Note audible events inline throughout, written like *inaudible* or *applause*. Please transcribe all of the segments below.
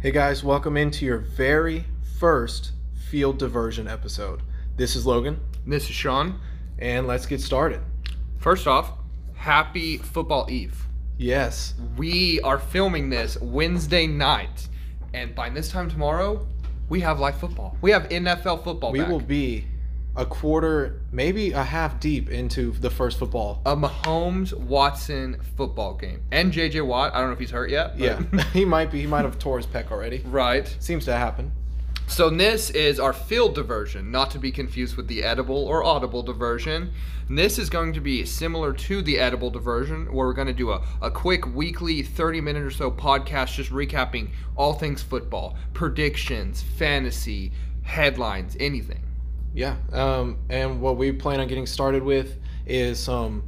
Hey guys, welcome into your very first field diversion episode. This is Logan, This is Sean. and let's get started. First off, happy football eve. Yes, We are filming this Wednesday night, and by this time tomorrow, we have live football. We have NFL football. we back. will be a quarter, maybe a half deep into the first football. a Mahomes Watson football game, and JJ Watt. I don't know if he's hurt yet. but- *laughs* Yeah, *laughs* he might be. He might have tore his pec already. right. Seems to happen. So this is our field diversion, not to be confused with the edible or audible diversion. And This is going to be similar to the edible diversion, where we're going to do a, a quick weekly 30 minute or so podcast just recapping all things football, predictions, fantasy, headlines, anything. Yeah, um, and what we plan on getting started with is some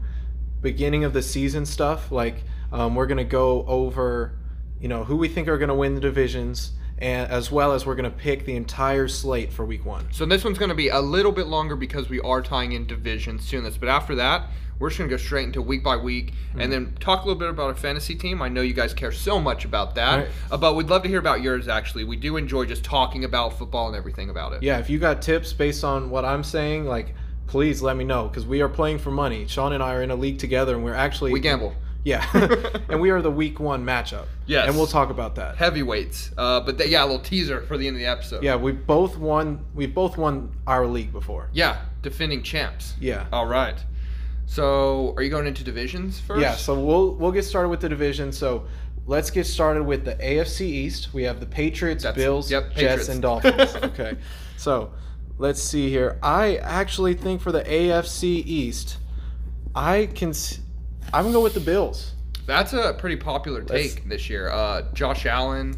beginning of the season stuff. Like um, we're gonna go over, you know, who we think are gonna win the divisions, and as well as we're gonna pick the entire slate for week one. So this one's going to be a little bit longer because we are tying in divisions soon. This, but after that, we're just going to go straight into week by week Mm-hmm. and then talk a little bit about our fantasy team. I know you guys care so much about that, Right. Uh, but we'd love to hear about yours. Actually, we do enjoy just talking about football and everything about it. Yeah, if you got tips based on what I'm saying, like please let me know because we are playing for money. Sean and I are in a league together, and we're actually We gamble Yeah, *laughs* and we are the week one matchup. Yes. and we'll talk about that. heavyweights, uh, but th- yeah, a little teaser for the end of the episode. Yeah, we both won. We both won our league before. yeah, defending champs. Yeah. All right. So, are you going into divisions first? Yeah, so we'll we'll get started with the division. So let's get started with the AFC East. We have the Patriots, That's- Bills, yep, Jets, Patriots. and Dolphins. *laughs* okay, so let's see here. I actually think for the AFC East, I can. s- I'm gonna go with the Bills. That's a pretty popular Let's- take this year. Uh, Josh Allen,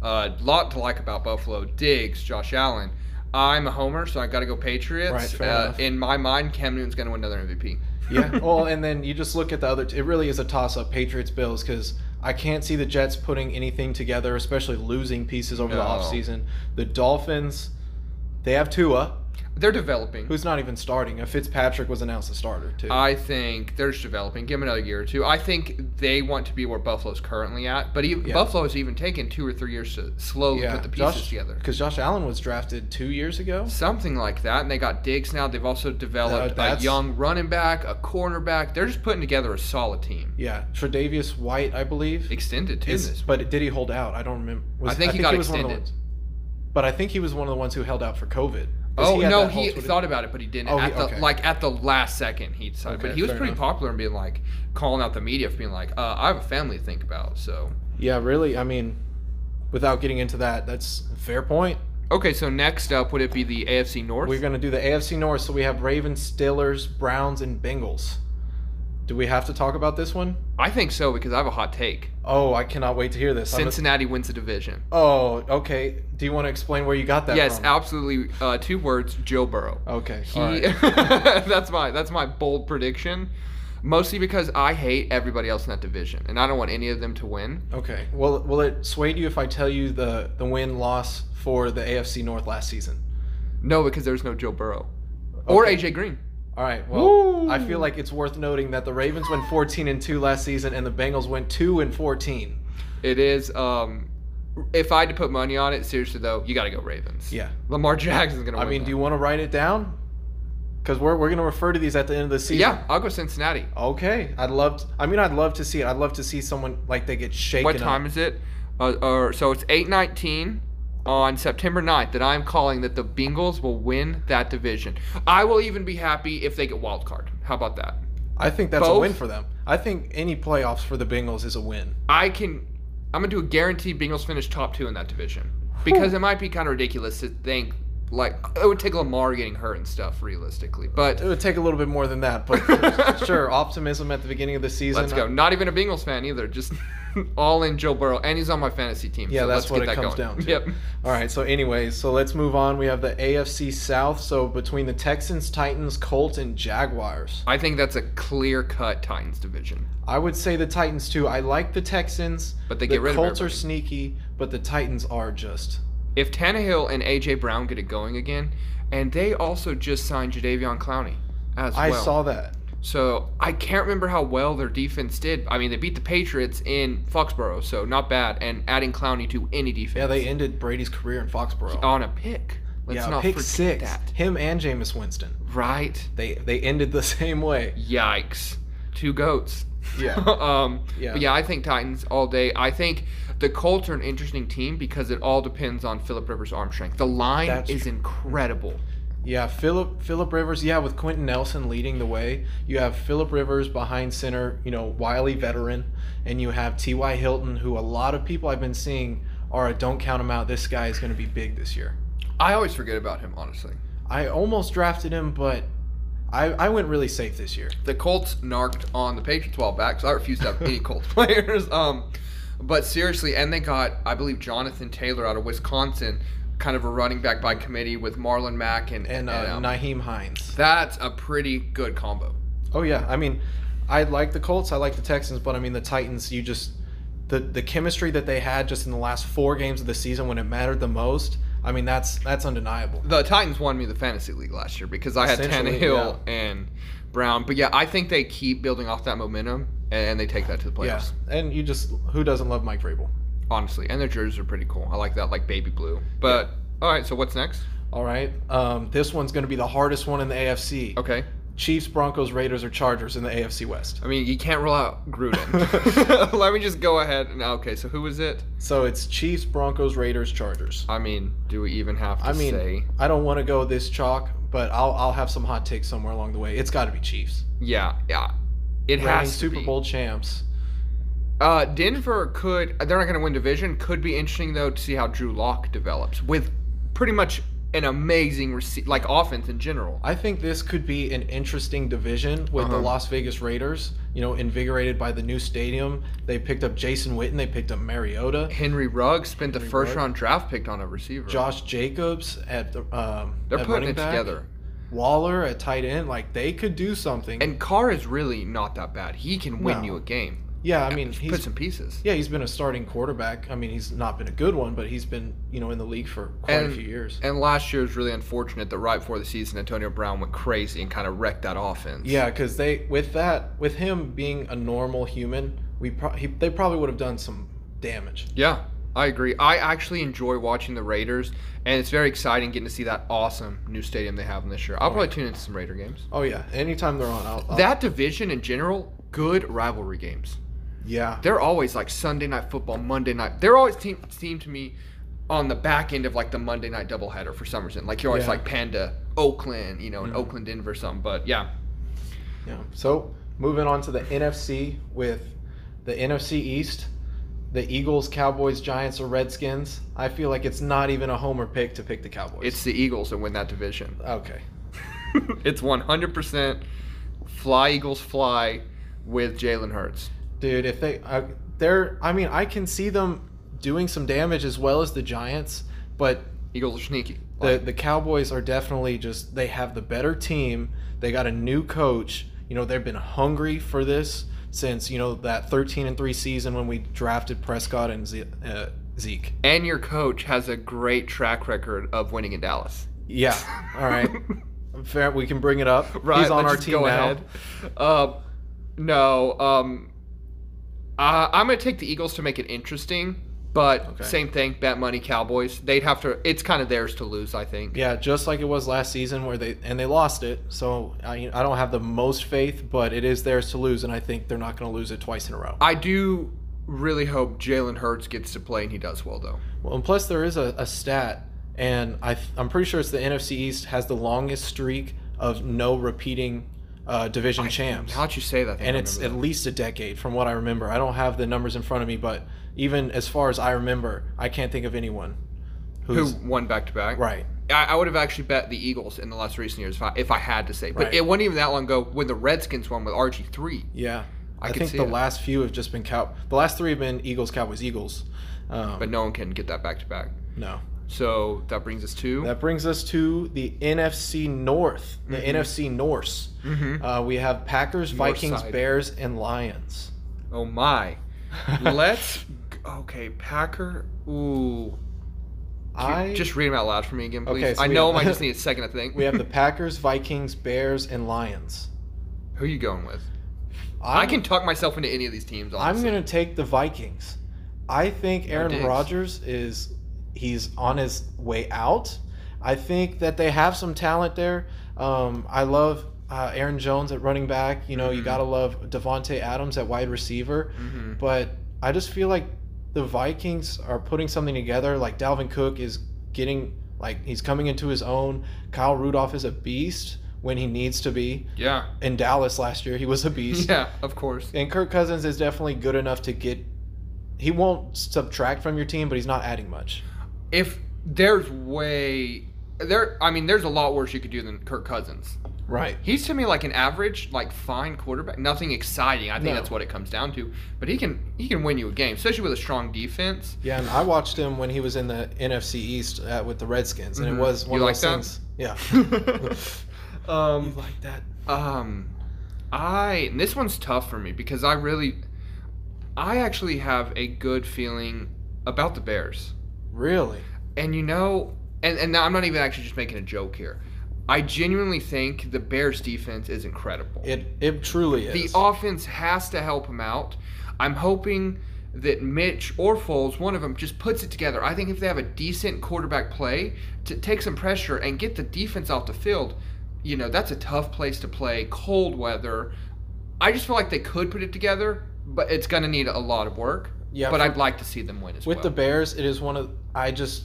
a lot to like about Buffalo. Diggs, Josh Allen. I'm a homer, so I got to go Patriots. Right, fair uh, enough. in my mind, Cam Newton's going to win another MVP. *laughs* Yeah. well, and then you just look at the other. T- it really is a toss-up, Patriots, Bills, because I can't see the Jets putting anything together, especially losing pieces over the No. offseason. The Dolphins, they have Tua, They're developing. who's not even starting. If Fitzpatrick was announced a starter too. I think they're just developing. Give them another year or two. I think they want to be where Buffalo's currently at, but even, Yeah. Buffalo's even taken two or three years to slowly put the pieces together. Because Josh Allen was drafted two years ago. Something like that, and they got Diggs now. They've also developed a Uh, that's- young running back, a cornerback. They're just putting together a solid team. Yeah, Tre'Davious White, I believe. Extended to Is- this but did he hold out? I don't remember. Was- I think he got One of extended. the ones, but I think he was one of the ones who held out for COVID. 'Cause Oh had no, that whole he Twitter- thought about it, but he didn't. Oh, he- at the, okay. Like at the last second, he decided. Okay, but he was fair pretty enough. popular in being like calling out the media for being like, uh, "I have a family to think about." So Yeah, really. I mean, without getting into that, that's a fair point. okay, so next up would it be the AFC North? We're gonna do the AFC North, so we have Ravens, Steelers, Browns, and Bengals. Do we have to talk about this one? I think so because I have a hot take. Oh, I cannot wait to hear this. I'm a- Cincinnati wins the division. oh, okay. Do you want to explain where you got that? Yes, from? absolutely. Uh, two words: Joe Burrow. Okay. He, um, all right. *laughs* that's my that's my bold prediction. Mostly because I hate everybody else in that division, and I don't want any of them to win. Okay. Will will it sway you if I tell you the the win loss for the AFC North last season? No, because there's no Joe Burrow or Okay. AJ Green. All right. Well, Woo. I feel like it's worth noting that the Ravens went 14 and 2 last season and the Bengals went 2 and 14. It is. Um, if I had to put money on it, seriously though, you got to go Ravens. Yeah. Lamar Jackson's gonna. I Win mean, that. do you want to write it down? Cuz we're we're going to refer to these at the end of the season. Yeah, I'll go Cincinnati. Okay. I'd love to, I mean, I'd love to see it. I'd love to see someone like they get shaken What up. time is it? Uh, or so it's eight nineteen on September 9th that I'm calling that the Bengals will win that division. I will even be happy if they get wild card. How about that? I think that's a Both? win for them. I think any playoffs for the Bengals is a win. I can. I'm gonna do a guaranteed Bengals finish top two in that division because it might be kind of ridiculous to think like it would take Lamar getting hurt and stuff realistically, but. It would take a little bit more than that, *laughs* but sure, optimism at the beginning of the season. uh, Let's go. Not even a Bengals fan either. Just *laughs* all in Joe Burrow, and he's on my fantasy team. Yeah, so that's let's what get it that comes going. down to. Yep. All right. So, anyways, so let's move on. We have the AFC South. So between the Texans, Titans, Colts, and Jaguars, I think that's a clear cut Titans division. I would say the Titans too. I like the Texans, But they the get rid of Colts are everybody. sneaky, but the Titans are just. If Tannehill and AJ Brown get it going again, and they also just signed Jadavion Clowney as I well. saw that. So I can't remember how well their defense did. I mean, they beat the Patriots in Foxborough, so not bad. And adding Clowney to any defense. Yeah, they ended Brady's career in Foxborough. on a pick. Oh, Let's yeah, not pick forget six. that. Him and Jameis Winston. Right? They they ended the *laughs* same way. Yikes! Two goats. Yeah. *laughs* um, Yeah. But yeah, I think Titans all day. I think the Colts are an interesting team because it all depends on Philip Rivers' arm strength. The line That's is true. incredible. Yeah, Philip Philip Rivers. Yeah, with Quentin Nelson leading the way, you have Philip Rivers behind center. You know, wily veteran, and you have T. Y. Hilton, who a lot of people I've been seeing are a don't count him out. This guy is going to be big this year. I always forget about him, honestly. I almost drafted him, but I I went really safe this year. The Colts narked on the Patriots a while back, so I refuse to *laughs* have any Colts players. Um, but seriously, and they got, I believe, Jonathan Taylor out of Wisconsin, kind of a running back by committee with Marlon Mack and And uh, um, Naheem Hines. that's a pretty good combo. Oh yeah, I mean, I like the Colts. I like the Texans, but I mean the Titans. You just the the chemistry that they had just in the last four games of the season when it mattered the most. I mean that's that's undeniable. The Titans won me the fantasy league last year because I had Essentially, Tannehill and Brown. But yeah, I think they keep building off that momentum and they take that to the playoffs. Yeah, and you just who doesn't love Mike Vrabel? Honestly, and their jerseys are pretty cool. I like that, like baby blue. But all right, so what's next? All right, um, this one's going to be the hardest one in the AFC. Okay, Chiefs, Broncos, Raiders, or Chargers in the AFC West. I mean you can't rule out *laughs* Gruden. *laughs* Let me just go ahead and okay. So who is it? So it's Chiefs, Broncos, Raiders, Chargers. I mean, do we even have to I mean, say? I don't want to go this chalk, but I'll I'll have some hot takes somewhere along the way. It's got to be Chiefs. Yeah, yeah. It Reigning has to Super be. Bowl champs. Uh, Denver could. They're not going to win division. Could be interesting though to see how Drew Lock develops with pretty much an amazing rece- like offense in general. I think this could be an interesting division with the Uh-huh. Las Vegas Raiders. You know, invigorated by the new stadium, they picked up Jason Witten, they picked up Mariota, Henry Ruggs spent the Henry first Ruggs. round draft pick on a receiver. Josh Jacobs at the um, they're at putting running it back, together. Waller at tight end, like they could do something. And Carr is really not that bad. He can win No. you a game. yeah, I mean, Put he's some pieces. yeah, he's been a starting quarterback. I mean, he's not been a good one, but he's been you know in the league for quite And- a few years. And last year was really unfortunate that right before the season, Antonio Brown went crazy and kind of wrecked that offense. Yeah, because they with that with him being a normal human, we pro- he, they probably would have done some damage. Yeah, I agree. I actually enjoy watching the Raiders, and it's very exciting getting to see that awesome new stadium they have this year. I'll probably tune into some Raider games. Oh yeah, anytime they're on, I'll, I'll- That division in general, good rivalry games. yeah, They're always like Sunday night football, Monday night. They're always team seem to me on the back end of like the Monday night doubleheader for some reason. Like you're always Yeah. like Panda, Oakland, you know, and Oakland Denver or something. But yeah, yeah. So moving on to the NFC with the NFC East, the Eagles, Cowboys, Giants, or Redskins. I feel like it's not even a homer pick to pick the Cowboys. it's the Eagles that win *laughs* that division. okay. it's 100% fly Eagles fly with Jalen Hurts. Dude, if they uh, they're I mean, I can see them doing some damage as well as the Giants, but Eagles are sneaky. the the Cowboys are definitely just they have the better team. They got a new coach. You know, they've been hungry for this since, you know, that 13 and 3 season when we drafted Prescott and Ze- uh, Zeke. and your coach has a great track record of winning in Dallas. Yeah. All right. *laughs* Fair. We can bring it up. He's on let's our just team go now. ahead. Uh, no, um, I, I'm gonna take the Eagles to make it interesting, but Okay. same thing. Bet money Cowboys. They'd have to. It's kind of theirs to lose, I think. Yeah, just like it was last season where they and they lost it. So I I don't have the most faith, but it is theirs to lose, and I think they're not going to lose it twice in a row. I do really hope Jalen Hurts gets to play and he does well though. Well, and plus there is a, a stat, and I th- I'm pretty sure it's the NFC East has the longest streak of no repeating uh, division champs. How'd you say that? I and it's remember at least a decade from what I remember. I don't have the numbers in front of me, but even as far as I remember, I can't think of anyone that. who's who won back to back. right. I, I would have actually bet the Eagles in the last recent years if I, if I had to say, but Right. it wasn't even that long ago when the Redskins won with RG three. Yeah. I, I could think see the it. last few have just been cow. The last three have been Eagles, Cowboys, Eagles. Um, but no one can get that back to back. no. So that brings us to That brings us to the NFC North, the NFC Norse. Mhm. Uh, we have Packers, Mm-hmm. North Vikings, side. Bears, and Lions. oh my. Let's g- okay, Packer. Ooh, Can *laughs* you I just read them out loud for me again, please. *laughs* Okay, so I we know have- I just need a second. I think we have the Packers, Vikings, Bears, and Lions. *laughs* Who are you going with? I'm, i can talk myself into any of these teams. I'm Honestly. going to take the Vikings. I think Aaron digs. Rodgers is he's on his way out. I think that they have some talent there. Um, I love uh, Aaron Jones at running back. You know, you Mhm. got to love Devonte Adams at wide receiver. hmm But I just feel like the Vikings are putting something together. Like Dalvin Cook is getting like he's coming into his own. Kyle Rudolph is a beast when he needs to be. Yeah. In Dallas last year, he was a beast. *laughs* Yeah. Of course. And Kirk Cousins is definitely good enough to get. He won't subtract from your team, but he's not adding much. If there's way there, I mean, there's a lot worse you could do than Kirk Cousins. Right. He's to me like an average, like fine quarterback. Nothing exciting. I think No. that's what it comes down to. But he can he can win you a game, especially with a strong defense. Yeah, and I watched him when he was in the NFC East uh, with the Redskins, and Mhm. it was one You of like those that? things. Yeah. *laughs* um, like that? Um, I and this one's tough for me because I really, I actually have a good feeling about the Bears, Really? and you know, and and I'm not even actually just making a joke here. I genuinely think the Bears defense is incredible. It it truly the is. offense has to help him out. I'm hoping that Mitch or Foles, one of them, just puts it together. I think if they have a decent quarterback play to take some pressure and get the defense off the field, you know, that's a tough place to play, cold weather. I just feel like they could put it together, but it's going to need a lot of work. Yeah, but for- I'd like to see them win as With well. the Bears, it is one of I just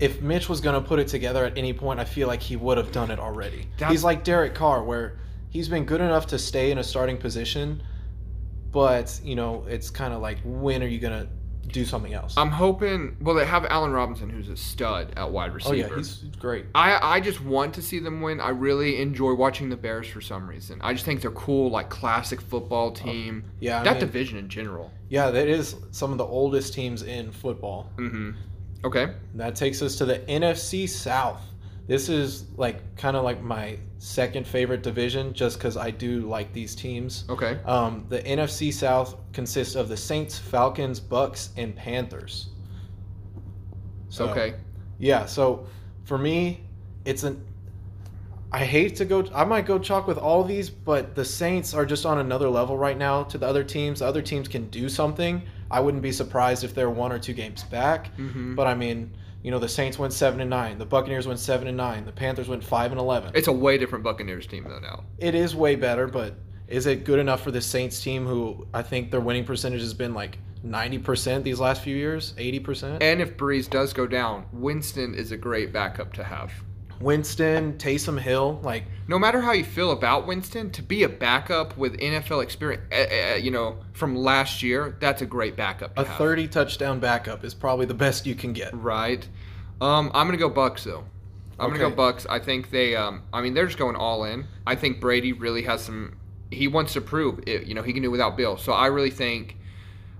if Mitch was gonna put it together at any point, I feel like he would have done it already. That's- he's like Derek Carr, where he's been good enough to stay in a starting position, but you know, it's kinda like when are you gonna do something else? I'm hoping. Well, they have Allen Robinson, who's a stud at wide oh receiver. yeah, he's great. I, I just want to see them win. I really enjoy watching the Bears for some reason. I just think they're cool, like classic football team. Yeah, Oh, I that mean, division in general. yeah, that is some of the oldest teams in football. Mm-hmm. Okay. And that takes us to the NFC South. This is like kind of like my second favorite division just because I do like these teams. Okay. Um, the NFC South consists of the Saints, Falcons, Bucks, and Panthers. So, Okay. Yeah. So for me, it's an. I hate to go. I might go chalk with all these, but the Saints are just on another level right now to the other teams. The other teams can do something. I wouldn't be surprised if they're one or two games back. Mm-hmm. But I mean, you know, the Saints went seven and nine. The Buccaneers went seven and nine. The Panthers went five and eleven. It's a way different Buccaneers team though now. It is way better, but is it good enough for the Saints team who I think their winning percentage has been like 90% these last few years, 80%? And if Breeze does go down, Winston is a great backup to have. Winston, Taysom Hill, like No matter how you feel about Winston, to be a backup with NFL experience, uh, uh, you know, from last year, that's a great backup to a have. 30 touchdown backup is probably the best you can get. Right. Um, I'm gonna go Bucks though. I'm gonna Okay. go Bucks. I think they. Um, I mean, they're just going all in. I think Brady really has some. He wants to prove it. You know, he can do without Bill. So I really think,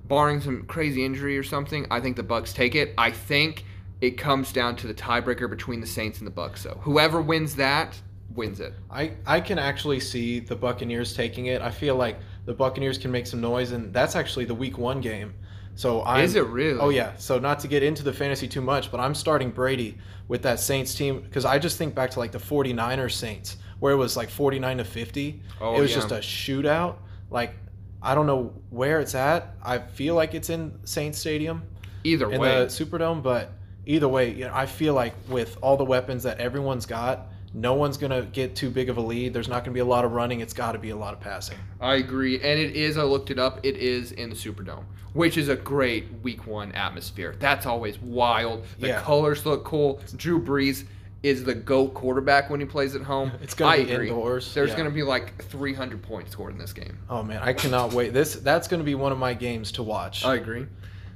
barring some crazy injury or something, I think the Bucks take it. I think it comes down to the tiebreaker between the Saints and the Bucks. So whoever wins that wins it. I, I can actually see the Buccaneers taking it. I feel like the Buccaneers can make some noise, and that's actually the week one game. So I'm, Is it really? Oh yeah. So not to get into the fantasy too much, but I'm starting Brady with that Saints team because I just think back to like the 49ers Saints where it was like 49 to 50. Oh, it was yeah. just a shootout. Like I don't know where it's at. I feel like it's in Saints Stadium Either in way. the Superdome, but either way, you know, I feel like with all the weapons that everyone's got, no one's going to get too big of a lead. There's not going to be a lot of running. It's got to be a lot of passing. I agree, and it is. I looked it up. It is in the Superdome, which is a great Week One atmosphere. That's always wild. The Yeah. colors look cool. Drew Brees is the goat quarterback when he plays at home. It's gonna I be agree. indoors, There's yeah. going to be like 300 points scored in this game. Oh man, I cannot wait. This that's going to be one of my games to watch. I agree.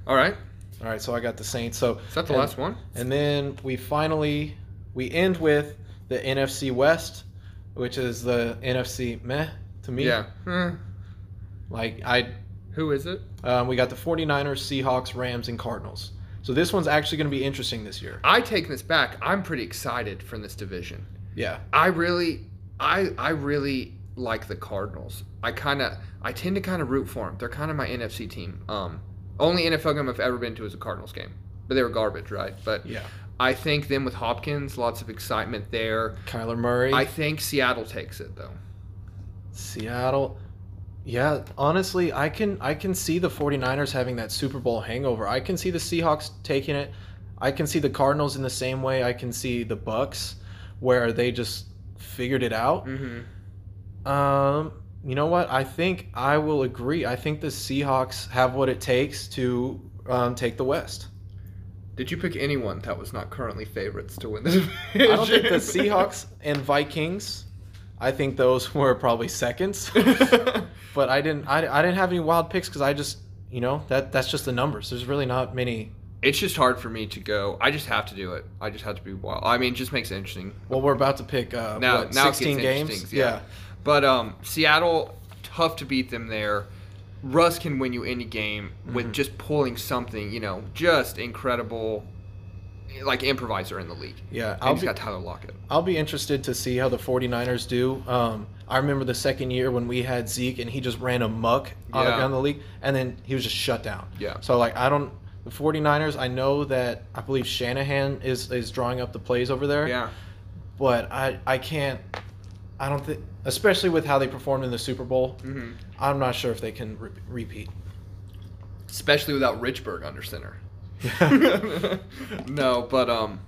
All right, All right, so I got the Saints. So is that the and- last one? And then we finally we end with the NFC West, which is the NFC meh to me. Yeah. Eh, Like I Who is it? um, we got the 49ers, Seahawks, Rams and Cardinals. So this one's actually going to be interesting this year. I take this back. I'm pretty excited for this division. Yeah. I really, I I really like the Cardinals. I kind of, I tend to kind of root for them. They're kind of my NFC team. Um, only NFL game I've ever been to is a Cardinals game, but they were garbage, right? But Yeah. I think them with Hopkins, lots of excitement there. Kyler Murray. I think Seattle takes it though. Seattle. Yeah, honestly, I can I can see the 49ers having that Super Bowl hangover. I can see the Seahawks taking it. I can see the Cardinals in the same way. I can see the Bucks where they just figured it out. Mm-hmm. Um, you know what? I think I will agree. I think the Seahawks have what it takes to um, take the West. Did you pick anyone that was not currently favorites to win the division? I don't think the Seahawks and Vikings. I think those *laughs* were probably seconds, *laughs* *laughs* but I didn't. I, I didn't have any wild picks because I just, you know, that that's just the numbers. There's really not many. it's just hard for me to go. I just have to do it. I just have to be wild. I mean, it just makes it interesting. Well, we're about to pick uh, Now, what, now it 16 gets interesting, games. Yeah. But um, Seattle, tough to beat them there. Russ can win you any game Mm-hmm. with just pulling something, you know, just incredible, like improviser in the league. yeah, And I'll he's be, got Tyler Lockett. I'll be interested to see how the 49ers do. Um, I remember the second year when we had Zeke and he just ran amok on Yeah. around the league, and then he was just shut down. Yeah. So like I don't the 49ers. I know that I believe Shanahan is is drawing up the plays over there. Yeah. But I I can't. I don't think, especially with how they performed in the Super Bowl. hmm I'm not sure if they can re- *laughs* repeat. *laughs* Especially without Richburg under center. *laughs* no, but um,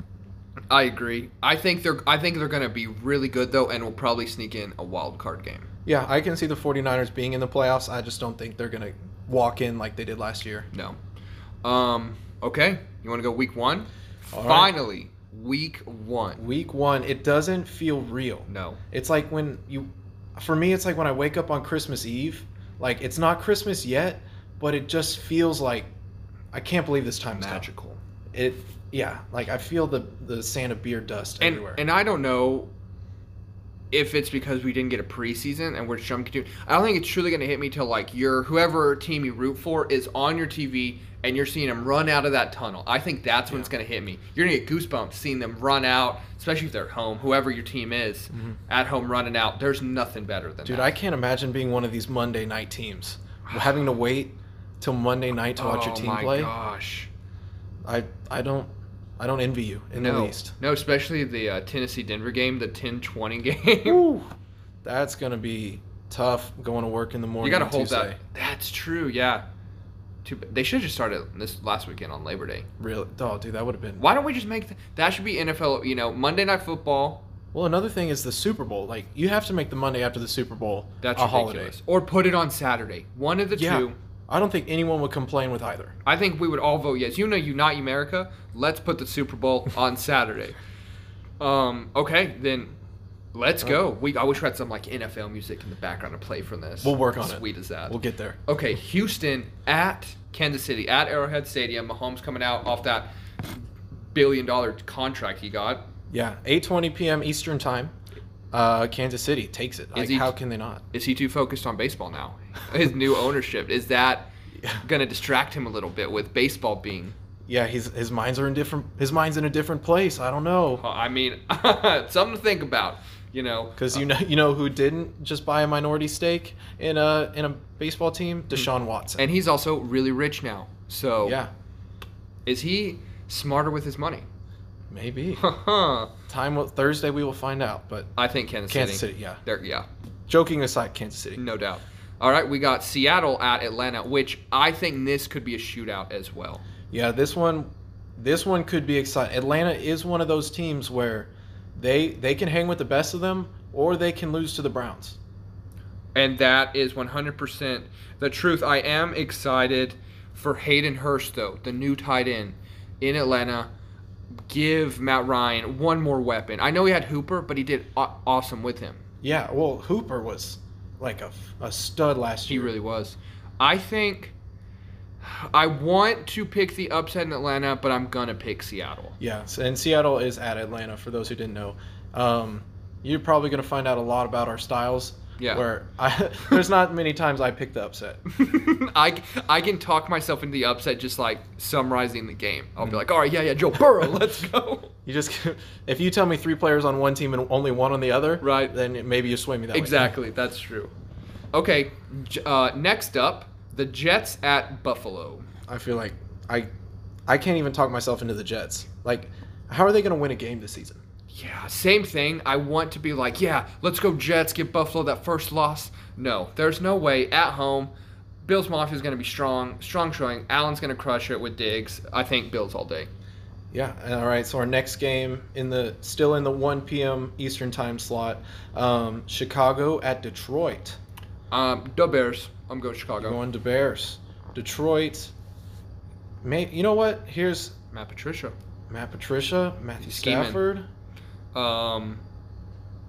I agree. I think they're I think they're gonna be really good though, and will probably sneak in a wild card game. Yeah, I can see the 49ers being in the playoffs. I just don't think they're gonna walk in like they did last year. No. Um. Okay. You want to go week one? All right. Finally, week one. Week one, it doesn't feel real. No. It's like when you, for me, it's like when I wake up on Christmas Eve. Like it's not Christmas yet, but it just feels like I can't believe this time's come. Magical. It, yeah, like I feel the the Santa beer dust And everywhere. and I don't know if it's because we didn't get a preseason and we're jumping to. I don't think it's truly going to hit me till like your whoever team you root for is on your TV and you're seeing them run out of that tunnel. I think that's when it's going to hit me. You're going to get goosebumps seeing them run out, especially if they're at home. Whoever your team is at home running out, there's nothing better than Mm-hmm. Dude, that. I can't imagine being one of these Monday night *sighs* teams, having to wait till Monday night to watch your team oh my play. gosh. I I don't I don't envy you in the No, least. no, especially the uh, Tennessee Denver game, the 10-20 game. Whew. That's gonna be tough going to work in the morning. you got to on hold Tuesday. that. That's true. Yeah. Too, ba- they should have just started this last weekend on Labor Day. Really? Oh, dude, that would have been. Why don't we just make th- that should be NFL? You know, Monday Night Football. Well, another thing is the Super Bowl. Like you have to make the Monday after the Super Bowl That's a ridiculous. holiday. Or put it on Saturday. One of the Yeah. two. I don't think anyone would complain with either. I think we would all vote yes. You know, Unite America. Let's put the *laughs* Super Bowl on Saturday. Um. Okay, then. Let's go. We I wish we had some like NFL music in the background to play from this. We'll work on it. Sweet as that. We'll get there. Okay, Houston at Kansas City at Arrowhead Stadium. Mahomes coming out off that billion dollar contract he got. Yeah, 8:20 p.m. Eastern time. Uh, Kansas City takes it. Like, he- how can they not? Is he too focused on baseball now? *laughs* His new ownership is that going to distract him a little bit with baseball being? Yeah, his his minds are in different. His mind's in a different place. I don't know. Well, I mean, *laughs* something to think about. You know, Because you know, you know who didn't just buy a minority stake in a in a baseball team? Hmm. Deshaun Watson. and he's also really rich now. So yeah, is he smarter with his money? *laughs* maybe. I Time will, Thursday we will find out. But think Kansas, Kansas City, yeah. There, yeah. Joking aside, Kansas City. No doubt. All right, we got Seattle at Atlanta, which I think this could be a shootout as well. Yeah, this one, this one could be exciting. Atlanta is one of those teams where they they can hang with the best of them, or they can lose to the Browns. And that is 100% the truth. I am excited for Hayden Hurst, though, the new tight end in Atlanta. Give Matt Ryan one more weapon. I know he had Hooper, but he did aw- awesome with him. Yeah, well, Hooper was like a, a stud last He year. really was. I think I want to pick the upset in Atlanta, but I'm going to pick Seattle. Yeah, so- and Seattle is at Atlanta. For those who didn't know, um, you're probably going to find out a lot about our styles. Yeah. Where I, *laughs* there's not many times I pick the upset. *laughs* I, I can talk myself into the upset just like summarizing the game. I'll be like, all right, yeah, yeah, Joe Burrow, *laughs* let's go. You just, *laughs* if you tell me three players on one team and only one on the other, Right. Then it- maybe you sway me that Exactly, that's true. Okay, j- uh, next up, the Jets at Buffalo. way. I feel like I, I can't even talk myself into the Jets. Like, how are they going to win a game this season? Yeah, same thing. I want to be like, yeah, let's go Jets, get Buffalo that first loss. No, there's no way at home. Bills Mafia is going to be strong, strong showing. Allen's going to crush it with Diggs. I think Bills all day. Yeah. All right. So our next game in the still in the 1 p.m. Eastern time slot, um, Chicago at Detroit. Um, the Bears. I'm going Chicago. Going to Bears. Detroit. May, you know what? Here's Matt Patricia. Matt Patricia, Matthew He's scheming. Stafford. Um,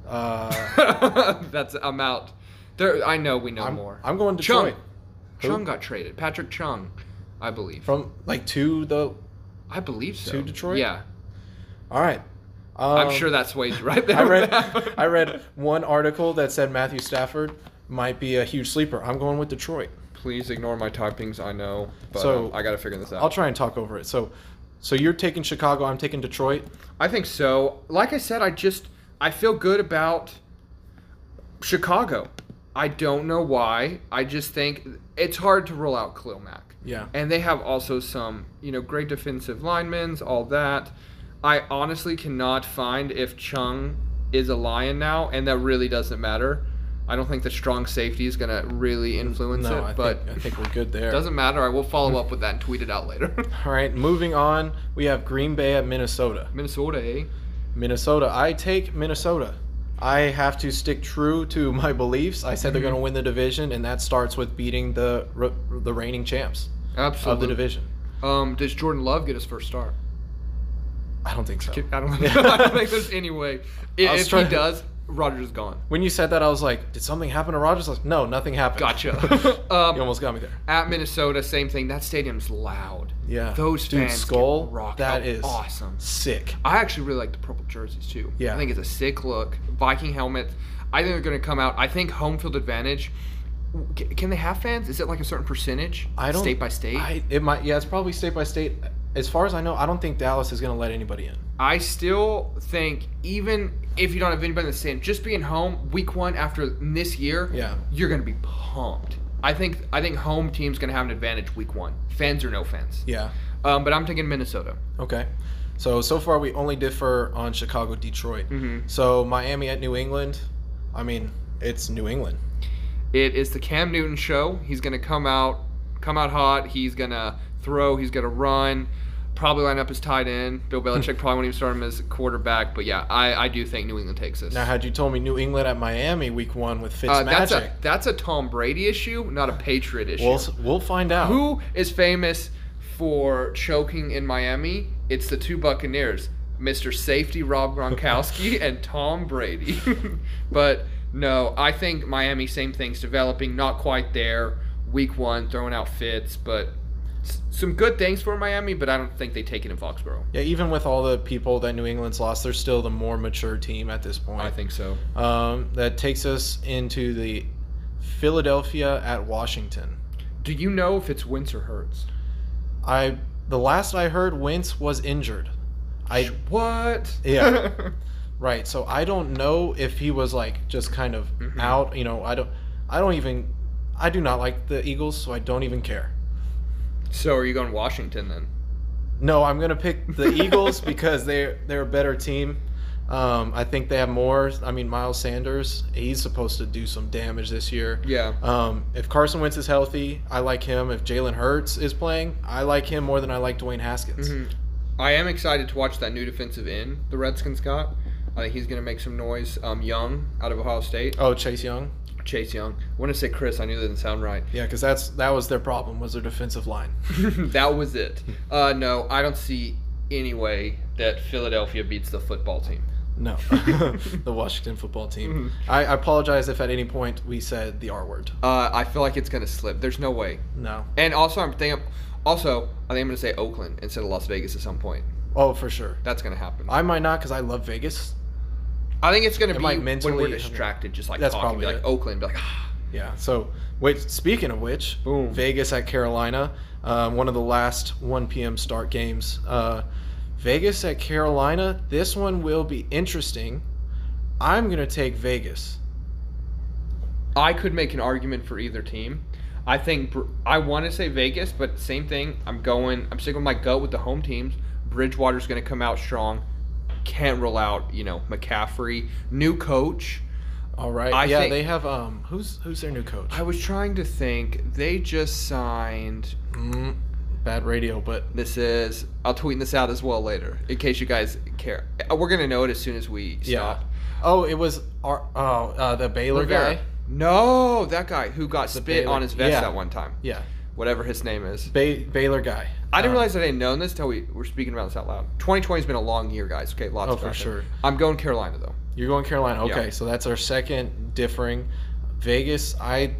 Uh, *laughs* that's I'm out. There, I know we know I'm, more. I'm going Chung. Detroit Who? Chung got traded. Patrick Chung, I believe. from like to the. I believe so. To Detroit? Yeah, All right. I'm Um, sure that's Wade's *laughs* right *laughs* there. I read. That one. I *laughs* read one article that said Matthew Stafford might be a huge sleeper. I'm going with Detroit. Please ignore my typings. I know, but So, um, I got to figure this out. I'll try and talk over it. So, so you're taking Chicago. I'm taking Detroit. I think so. Like I said, I just I feel good about Chicago. I don't know why. I just think it's hard to rule out Khalil Mack. Yeah. And they have also some, you know, great defensive linemen, all that. I honestly cannot find if Chung is a Lion now, and that really doesn't matter. I don't think the strong safety is going to really influence No, it, I but think I think we're good there. doesn't matter. I will *laughs* follow up with that and tweet it out later. *laughs* All right, moving on. We have Green Bay at Minnesota. Minnesota, eh? Minnesota. I take Minnesota. I have to stick true to my beliefs. I said they're Mm-hmm. going to win the division, and that starts with beating the re- the reigning champs of the Absolutely. division. Um, does Jordan Love get his first start? I don't think so. I *laughs* don't, *laughs* I don't think there's any way. I If, was if he trying- does, Rodgers is gone. When you said that, I was like, "Did something happen to Rogers?" Like, no, nothing happened. *laughs* Gotcha. *laughs* you um, almost got me there. at Minnesota, same thing. That stadium's loud. Yeah. Those Dude, fans get Skull, rocked. that That is- awesome. Sick. I actually really like the purple jerseys too. Yeah. I think it's a sick look. Viking helmets. I think they're going to come out. I think home field advantage. c- Can they have fans? Is it like a certain percentage? I don't State by state. I, it might. Yeah, it's probably state by state. As far as I know, I don't think Dallas is going to let anybody in. I still think even if you don't have anybody in the stadium, just being home week one after this year, Yeah. you're gonna be pumped. I think I think home team's gonna have an advantage week one, fans or no fans. Yeah. Um, but I'm thinking Minnesota. Okay. So so far we only differ on Chicago, Detroit. Mhm. So Miami at New England. I mean, it's New England. It is the Cam Newton show. He's gonna come out, come out hot. He's gonna throw. He's gonna run. Probably line up as tight end. *laughs* Bill Belichick probably won't even start him as quarterback. But yeah, I, I do think New England takes this. Now, had you told me New England at Miami Week One with Fitz uh, that's Magic, a that's a Tom Brady issue, not a Patriot issue. we'll we'll find out. Who is famous for choking in Miami? It's the two Buccaneers, Mr. Safety *laughs* Rob Gronkowski and Tom Brady. *laughs* but no, I think Miami, same thing's developing, not quite there. Week one, throwing out fits, but s- some good things for Miami, but I don't think they take it in Foxborough. Yeah, even with all the people that New England's lost, they're still the more mature team at this point. I think so. Um, that takes us into the Philadelphia at Washington. Do you know if it's Wentz or Hurts? I the last I heard, Wentz was injured. I What? Yeah. Right. So I don't know if he was like just kind of Mhm. out. You know, I don't. I don't even. I do not like the Eagles, so I don't even care. *laughs* so are you going Washington then? No, I'm gonna pick the Eagles because they're they're a better team. Um, I think they have more. I mean, Miles Sanders, he's supposed to do some damage this year. Yeah. Um, if Carson Wentz is healthy, I like him. If Jalen Hurts is playing, I like him more than I like Dwayne Haskins. Mhm. I am excited to watch that new defensive end the Redskins got. I think he's going to make some noise. Um, Young out of Ohio State, Oh, Chase Young. Chase Young. I want to say Chris. I knew that didn't *laughs* sound right. Yeah, because that's that was their problem was their defensive line. *laughs* that was it. Uh, no, I don't see any way that Philadelphia beats the football team. No, *laughs* the Washington football team. I, I apologize if at any point we said the R word. Uh, I feel like it's going to slip. There's no way. No. And also, I'm thinking. Also, I think I'm going to say Oakland instead of Las Vegas at some point. Oh, for sure. That's going to happen. I might not because I love Vegas. I think it's going to It be might when we're mentally- distracted, just like That's talking, probably be like it. Oakland, be like ah. Yeah. So, which speaking of which, Boom. Vegas at Carolina, um, one of the last 1 p.m. start games. Uh, Vegas at Carolina. This one will be interesting. I'm gonna take Vegas. I could make an argument for either team. I think Br- I want to say Vegas, but same thing. I'm going. I'm sticking with my gut with the home teams. Bridgewater's going to come out strong. can't rule out, you know, McCaffrey, new coach. All right. I yeah, think- they have um who's who's their new coach? I was trying to think. They just signed. Mm, bad radio, but This is. I'll tweet this out as well later in case you guys care. Uh, We're gonna know it as soon as we yeah. stop. Oh, it was our oh uh, the Baylor Rivera. guy. No, that guy who got spit Baylor- on his vest yeah. that one time. Yeah, Whatever his name is. ba- Baylor guy. I didn't Um, realize that I had known this till we were speaking about this out loud. 2020 has been a long year, guys. Okay, lots Oh, of for content. sure. I'm going Carolina though. You're going Carolina. Yeah. Okay, so that's our second differing. Vegas, I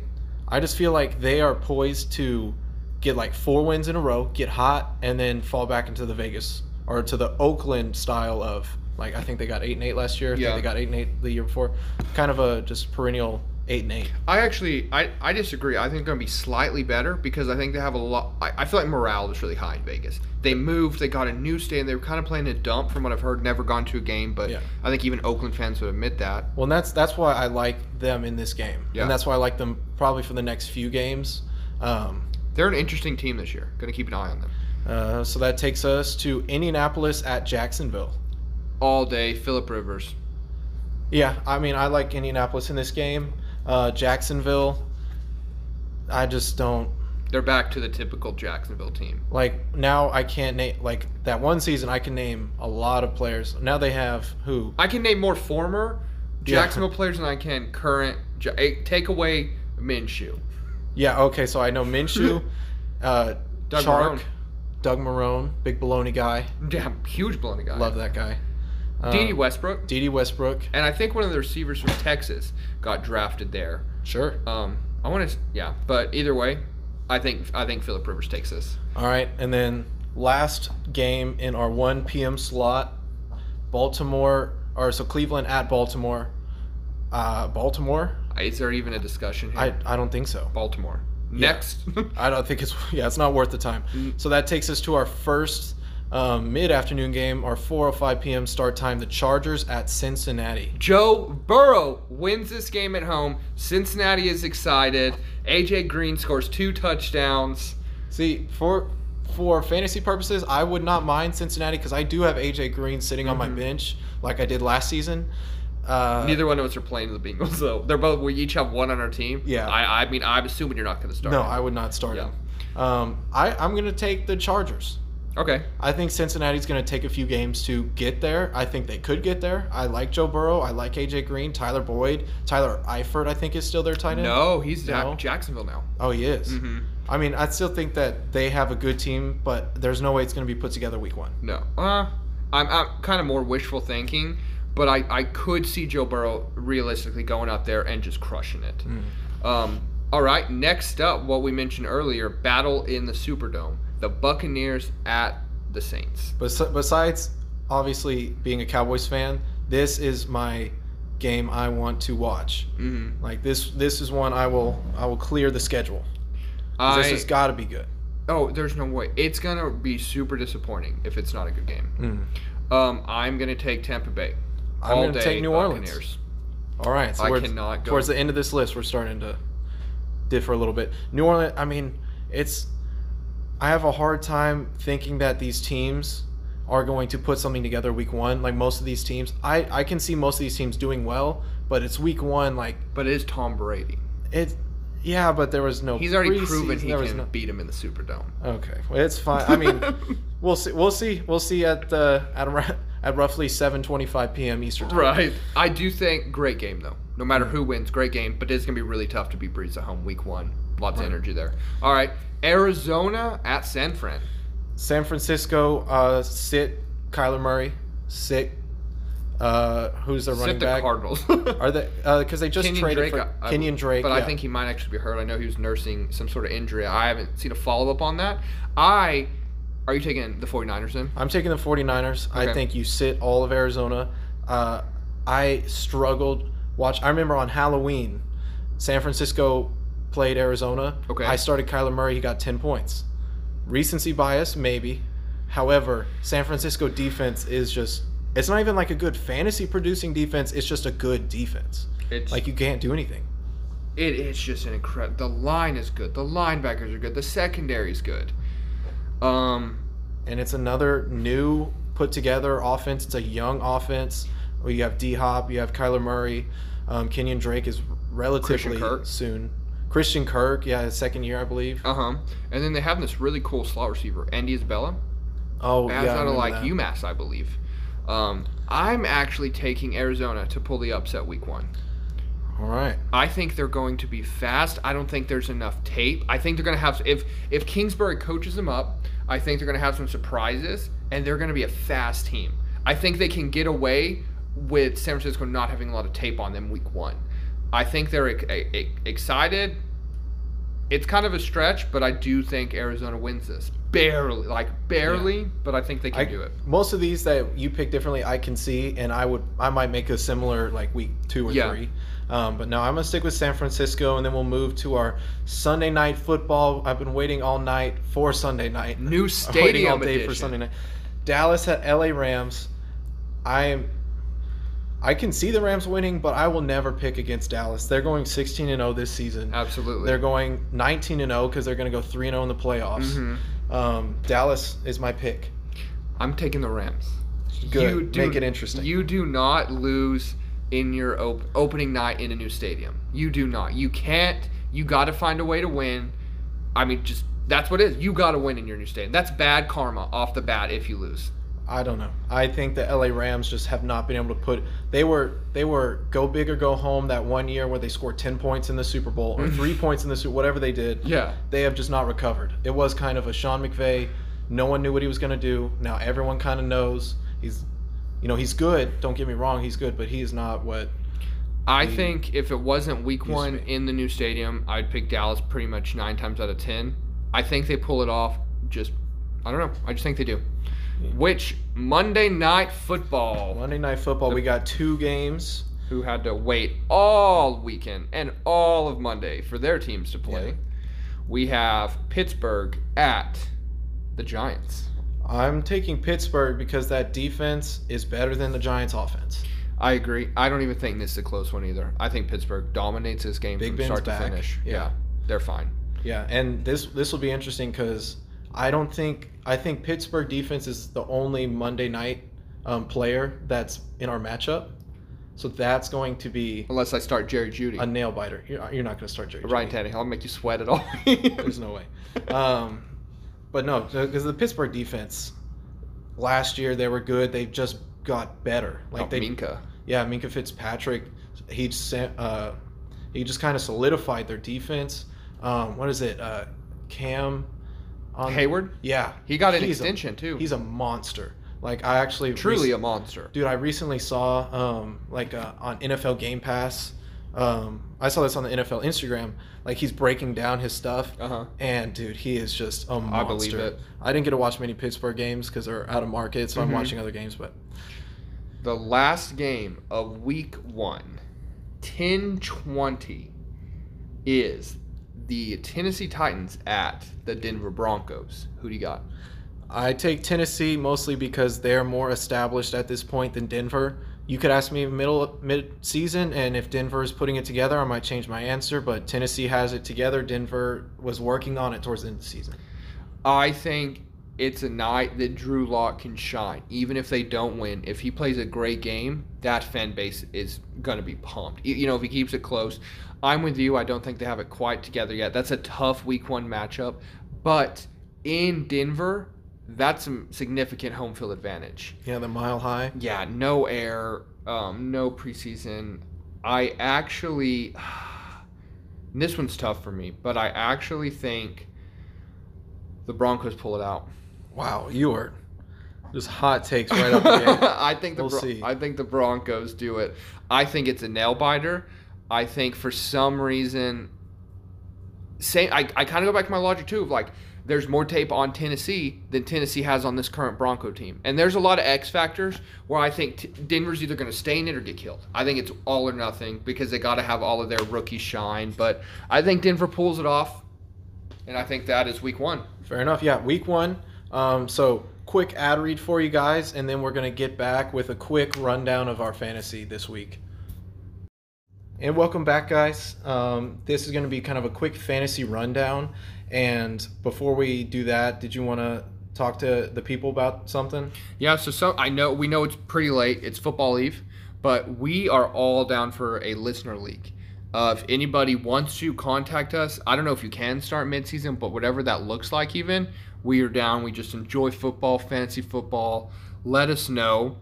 I just feel like they are poised to get like four wins in a row, get hot, and then fall back into the Vegas or to the Oakland style of like I think they got eight and eight last year. I Yeah. think they got eight and eight the year before. Kind of a just perennial eight and eight. I actually, I, I disagree. I think they're going to be slightly better because I think they have a lot. I, I feel like morale is really high in Vegas. They moved, they got a new stadium. They were kind of playing a dump from what I've heard. Never gone to a game, but Yeah. I think even Oakland fans would admit that. Well, and that's that's why I like them in this game, Yeah. and that's why I like them probably for the next few games. Um, They're an interesting team this year. Going to keep an eye on them. uh, so that takes us to Indianapolis at Jacksonville. All day, Philip Rivers. Yeah, I mean, I like Indianapolis in this game. Uh, Jacksonville, I just don't They're back to the typical Jacksonville team. like. Now I can't name like that one season. I can name a lot of players. Now they have who? I can name more former Yeah. Jacksonville players than I can current. Ja- eh, Take away Minshew. Yeah, okay. So I know *laughs* Minshew, uh, Doug Chark, Marone. Doug Marone, big baloney guy. Damn, huge blown guy. Love that guy. Uh, D.D. Westbrook. D.D. Westbrook. and I think one of the receivers from Texas got drafted there. Sure. Um, I want to, yeah, but either way, I think I think Philip Rivers takes this. All right, and then last game in our 1 p.m. slot, Baltimore or so Cleveland at Baltimore. Uh, Baltimore? Is there even a discussion here? I, I don't think so. Baltimore next. *laughs* I don't think it's *laughs* yeah, it's not worth the time. So that takes us to our first um, mid-afternoon game, our 4:05 p.m. start time. The Chargers at Cincinnati. Joe Burrow wins this game at home. Cincinnati is excited. AJ Green scores two touchdowns. See, for for fantasy purposes, I would not mind Cincinnati because I do have AJ Green sitting on my bench like I did last season. Uh, Neither one of us are playing the Bengals, though. They're both. We each have one on our team. Yeah. I, I mean, I'm assuming you're not going to start. No, I would not start Yeah. him. Um, I, I'm going to take the Chargers. Okay. I think Cincinnati's going to take a few games to get there. I think they could get there. I like Joe Burrow. I like AJ Green, Tyler Boyd, Tyler Eifert. I think is still their tight end. No, he's at No. Jacksonville now. Oh, he is. Mhm. I mean, I still think that they have a good team, but there's no way it's going to be put together week one. No. Uh, I'm, I'm kind of more wishful thinking, but I, I could see Joe Burrow realistically going out there and just crushing it. Mm. Um, all right, next up, what we mentioned earlier battle in the Superdome. The Buccaneers at the Saints. Bes- besides, obviously being a Cowboys fan, this is my game I want to watch. Mm-hmm. Like this, this is one I will I will clear the schedule. 'Cause I, this has got to be good. oh, there's no way. It's going to be super disappointing if it's not a good game. Mm-hmm. Um, I'm going to take Tampa Bay. I'm All gonna day take New Orleans. Buccaneers. All right, so I we're cannot go. towards the end of this list. We're starting to differ a little bit. New Orleans. I mean, it's. I have a hard time thinking that these teams are going to put something together week one. Like most of these teams, I I can see most of these teams doing well, but it's week one. Like But it is Tom Brady. it. Yeah, but there was no. He's already preseason, proven he there was can no- beat him in the Superdome. Okay, well, it's fine. I *laughs* mean, we'll see. We'll see. We'll see at the at ar- at roughly 7:25 p.m. Eastern. Time. Right. I do think great game though. No matter who wins, great game. But it's gonna be really tough to beat Breeze at home week one. Lots of energy there. All right, Arizona at San Fran. San Francisco, uh, sit Kyler Murray, sit. Uh, who's their running Sit the back? Cardinals. Are they? Because they just *laughs* Kenyon traded for I- I- Kenyon Drake. but I yeah. think he might actually be hurt. I know he was nursing some sort of injury. I haven't seen a follow up on that. I are you taking the 49ers in? I'm taking the 49ers. I Okay. think you sit all of Arizona. Uh, I struggled. Watch. I remember on Halloween, San Francisco played Arizona. Okay. I started Kyler Murray. He got 10 points. Recency bias, maybe. However, San Francisco defense is just. It's not even like a good fantasy producing defense. It's just a good defense. It's Like you can't do anything. it, it's just an incredible. The line is good. The linebackers are good. The secondary is good. Um, And it's another new put together offense. It's a young offense. Well, you have D Hop, you have Kyler Murray, um, Kenyon Drake is relatively Christian Kirk. soon. Christian Kirk, yeah, his second year, I believe. Uh huh. And then they have this really cool slot receiver, Andy Isabella. Oh, yeah, I That's out of remember like that. UMass, I believe. Um, I'm actually taking Arizona to pull the upset week one. All right. I think they're going to be fast. I don't think there's enough tape. I think they're going to have if if Kingsbury coaches them up, I think they're going to have some surprises and they're going to be a fast team. I think they can get away with San Francisco not having a lot of tape on them week 1. I think they're e- e- e- excited. It's kind of a stretch, but I do think Arizona wins this. Barely, like barely, but I think they can I, do it. Most of these that you pick differently, I can see, and I would, I might make a similar like week two or Yeah. three. Um, but no, I'm gonna stick with San Francisco, and then we'll move to our Sunday night football. I've been waiting all night for Sunday night. New I'm waiting all stadium day edition. for Sunday night. Dallas at LA Rams. I am. I can see the Rams winning, but I will never pick against Dallas. They're going 16 and 0 this season. Absolutely. They're going 19 and 0 because they're going to go 3 and 0 in the playoffs. Mhm. Um, Dallas is my pick. I'm taking the Rams. Good. Make it interesting. You do not lose in your op- opening night in a new stadium. You do not. You can't. You got to find a way to win. I mean, just that's what it is. You got to win in your new stadium. That's bad karma off the bat if you lose. I don't know. I think the LA Rams just have not been able to put. They were they were go big or go home that one year where they scored 10 points in the Super Bowl Mm-hmm. or three points in the Super whatever they did. Yeah. They have just not recovered. It was kind of a Sean McVay. No one knew what he was going to do. Now everyone kind of knows. He's, you know, he's good. Don't get me wrong. He's good, but he is not what. I Mm. think if it wasn't week Used to one be. in the new stadium, I'd pick Dallas pretty much nine times out of ten. I think they pull it off. Just, I don't know. I just think they do. Which Monday night football. Monday Night Football. We got two games. who had to wait all weekend and all of Monday for their teams to play. We have Pittsburgh at the Giants. I'm taking Pittsburgh because that defense is better than the Giants' offense. I agree. I don't even think this is a close one either. I think Pittsburgh dominates this game Big from Ben's start back. to finish. Yeah. they're fine. Yeah, and this this will be interesting because I don't think I think Pittsburgh defense is the only Monday night um, player that's in our matchup, so that's going to be Unless I start Jerry Judy, a nail biter. You're, you're not going to start Jerry. Judy. Ryan Tannehill, I'll make you sweat at all. *laughs* There's no way. Um, but no, because the Pittsburgh defense last year they were good. They just got better. Like Oh, they, Minka. yeah, Minka Fitzpatrick, he sent, uh, he just kind of solidified their defense. Um, what is it, uh, Cam? On, Hayward? Yeah, He got an He's a- extension too. He's a monster. Like I actually truly rec- a monster. Dude, I recently saw um, like uh, on NFL Game Pass. Um, I saw this on the NFL Instagram. Like he's breaking down his stuff, Uh-huh. and dude, he is just a monster. I believe it. I didn't get to watch many Pittsburgh games because they're out of market, so Mhm. I'm watching other games. But The last game of week one, 10 20, is the Tennessee Titans at the Denver Broncos. Who do you got? I take Tennessee mostly because they're more established at this point than Denver. You could ask me middle mid season, and if Denver is putting it together, I might change my answer. But Tennessee has it together. Denver was working on it towards the end of the season. I think it's a night that Drew Lock can shine. Even if they don't win, if he plays a great game, that fan base is going to be pumped. Y- You know, if he keeps it close. I'm with you. I don't think they have it quite together yet. That's a tough week one matchup. But in Denver, that's a significant home field advantage. Yeah, the mile high. Yeah, no air, um, no preseason. I actually, *sighs* this one's tough for me, but I actually think the Broncos pull it out. Wow, you are just hot takes right up *laughs* the gate. I think the We'll Bron- see. I think the Broncos do it. I think it's a nail biter. I think for some reason, same. I, I kind of go back to my logic too of like there's more tape on Tennessee than Tennessee has on this current Bronco team, and there's a lot of X factors where I think t- Denver's either going to stay in it or get killed. I think it's all or nothing because they got to have all of their rookie shine, but I think Denver pulls it off, and I think that is week one. Fair enough. Yeah, week one. Um, so quick ad read for you guys, and then we're gonna get back with a quick rundown of our fantasy this week. And welcome back, guys. Um, this is gonna be kind of a quick fantasy rundown. And before we do that, did you wanna talk to the people about something? Yeah, so some I know we know it's pretty late. It's football eve, but we are all down for a listener league. Uh, if anybody wants to contact us, I don't know if you can start midseason, but whatever that looks like, even we are down. We just enjoy football, fantasy football. Let us know.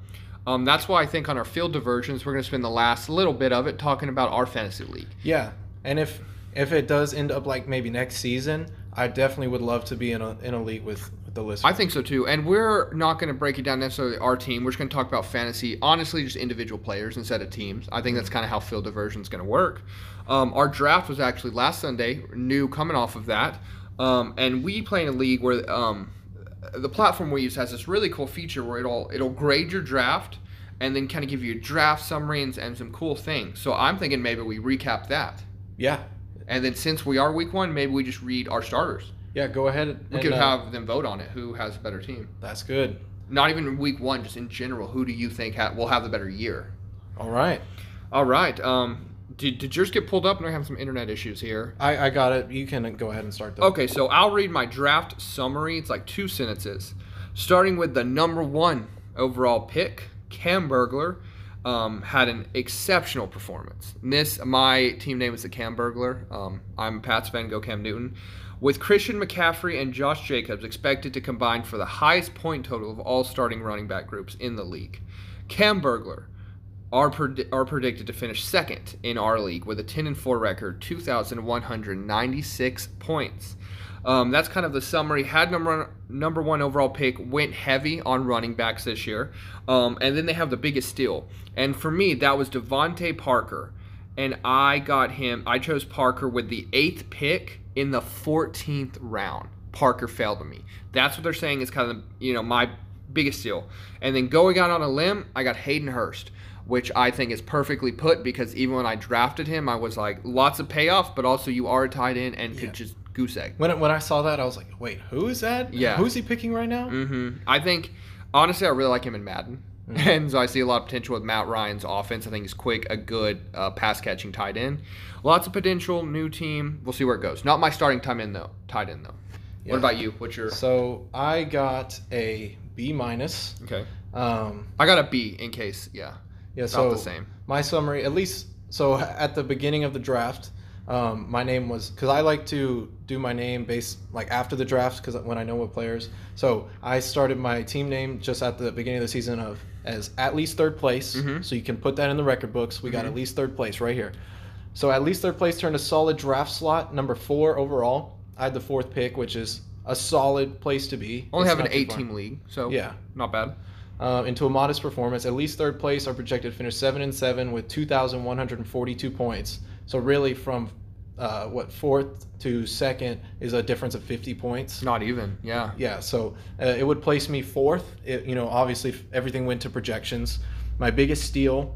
Um, that's why I think on our field diversions, we're going to spend the last little bit of it talking about our fantasy league. Yeah, and if if it does end up like maybe next season, I definitely would love to be in a in a league with, with the list. I think so too. And we're not going to break it down necessarily our team. We're just going to talk about fantasy, honestly, just individual players instead of teams. I think that's kind of how field diversion is going to work. Um, our draft was actually last Sunday, new coming off of that. Um, and we play in a league where um, the platform we use has this really cool feature where it'll it'll grade your draft and then kind of give you a draft summary and, and some cool things. So I'm thinking maybe we recap that. yeah, And then since we are week one, maybe we just read our starters. yeah. Go ahead. And, We could uh, have them vote on it. Who has a better team? That's good. Not even week one, just in general. Who do you think ha- will have the better year? All right, All right. Um, did, did yours get pulled up? We're having some internet issues here. I I got it. You can go ahead and start. Though. Okay, so I'll read my draft summary. It's like two sentences, starting with the number one overall pick, Cam Burglar. Um, had an exceptional performance. And This my team name is the Cam Burglar. Um, I'm a Pats fan. Go Cam Newton. With Christian McCaffrey and Josh Jacobs expected to combine for the highest point total of all starting running back groups in the league, Cam Burglar are pred- are predicted to finish second in our league with a 10 and 4 record, 2,196 points. Um, that's kind of the summary. Had number number one overall pick, went heavy on running backs this year, um, and then they have the biggest steal. And for me, that was Devonte Parker, and I got him. I chose Parker with the eighth pick in the 14th round. Parker fell to me. That's what they're saying is kind of you know my biggest steal. And then going out on a limb, I got Hayden Hurst, which I think is perfectly put because even when I drafted him, I was like lots of payoff, but also you are tied in and could just goose egg. When when I saw that, I was like, wait, who is that? Yeah. Who's he picking right now? hmm I think, honestly, I really like him in Madden. Mm-hmm. And so I see a lot of potential with Matt Ryan's offense. I think he's quick, a good uh, pass catching tight end. Lots of potential, new team. We'll see where it goes. Not my starting tight end though. Tight end though. Yeah. What about you? What's your So I got a B minus. okay? Um, I got a B in case. Yeah, yeah. about So the same. my summary, at least, so at the beginning of the draft, um, my name was because I like to do my name based like after the draft because when I know what players. So I started my team name just at the beginning of the season of as at least third place. Mhm. So you can put that in the record books. We Mm-hmm. got at least third place right here. So at least third place turned a solid draft slot, number four overall. I had the fourth pick, which is a solid place to be. Only It's have an not too eight far. team league, so Yeah. not bad. uh, into a modest performance. At least third place are projected to finish seven and seven with 2,142 points. So really, from uh, what fourth to second is a difference of 50 points. Not even. Yeah. Yeah, so uh, it would place me fourth. It, you know, obviously if everything went to projections. My biggest steal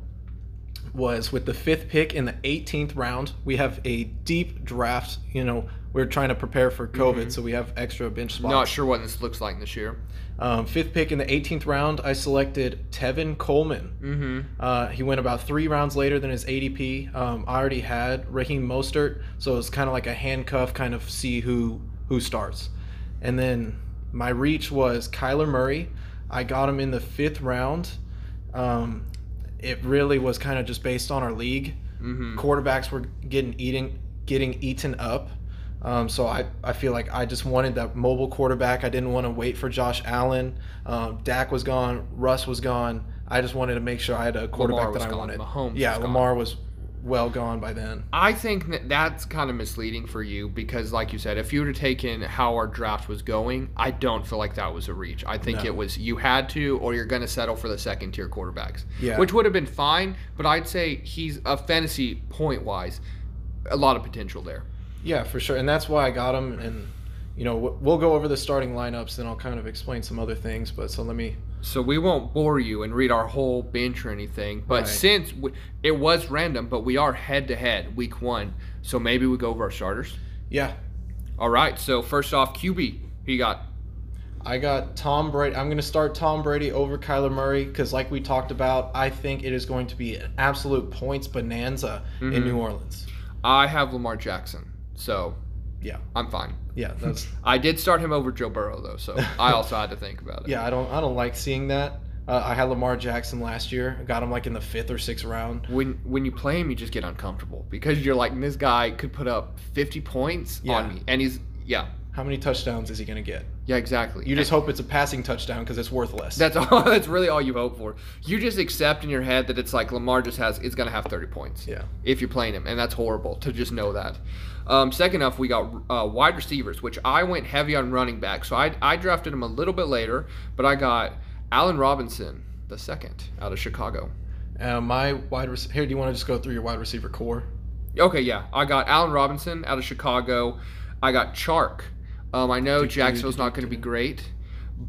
was with the fifth pick in the 18th round. We have a deep draft. You know, we're trying to prepare for COVID, so we have extra bench spots. Not sure what this looks like this year. Um, fifth pick in the 18th round, I selected Tevin Coleman. Mm-hmm. Uh, he went about three rounds later than his ADP. Um, I already had Raheem Mostert, so it's kind of like a handcuff, kind of see who who starts. And then my reach was Kyler Murray. I got him in the fifth round. Um, it really was kind of just based on our league. Mm-hmm. Quarterbacks were getting eating getting eaten up. Um, so I, I feel like I just wanted that mobile quarterback. I didn't want to wait for Josh Allen. Um, Dak was gone. Russ was gone. I just wanted to make sure I had a quarterback was that I gone. wanted. Mahomes yeah, was gone. Lamar was well gone by then. I think that that's kind of misleading for you because, like you said, if you would have taken how our draft was going, I don't feel like that was a reach. I think No. it was you had to, or you're going to settle for the second tier quarterbacks, Yeah. which would have been fine. But I'd say he's a fantasy point wise, a lot of potential there. Yeah, for sure. And that's why I got him. And you know w- we'll go over the starting lineups and I'll kind of explain some other things. But so let me. So we won't bore you and read our whole bench or anything. But Right. since we, it was random, but we are head to head week one, so maybe we go over our starters. Yeah, All right. So first off, QB, who you got? I got Tom Brady. I'm going to start Tom Brady over Kyler Murray because, like we talked about, I think it is going to be an Mm-hmm. absolute points bonanza in New Orleans. I have Lamar Jackson. So Yeah, I'm fine. yeah, that's I did start him over Joe Burrow *laughs* though, so I also had to think about it. yeah. I don't I don't like seeing that. Uh, I had Lamar Jackson last year. I got him like in the fifth or sixth round. When when you play him, you just get uncomfortable because you're like, this guy could put up 50 points Yeah. on me, and he's yeah, How many touchdowns is he gonna get? yeah, exactly. You just hope it's a passing touchdown because it's worthless. *laughs* That's all. *laughs* That's really all you hope for. You just accept in your head that it's like Lamar just has is gonna have 30 points. yeah. If you're playing him, and that's horrible to just know that. Um, second off, we got uh, wide receivers, which I went heavy on running back. So I I drafted him a little bit later, but I got Allen Robinson, the second out of Chicago. Uh, my wide rec- here. Do you want to just go through your wide receiver core? Okay, yeah. I got Allen Robinson out of Chicago. I got Chark. Um, I know Jacksonville's not going to be great,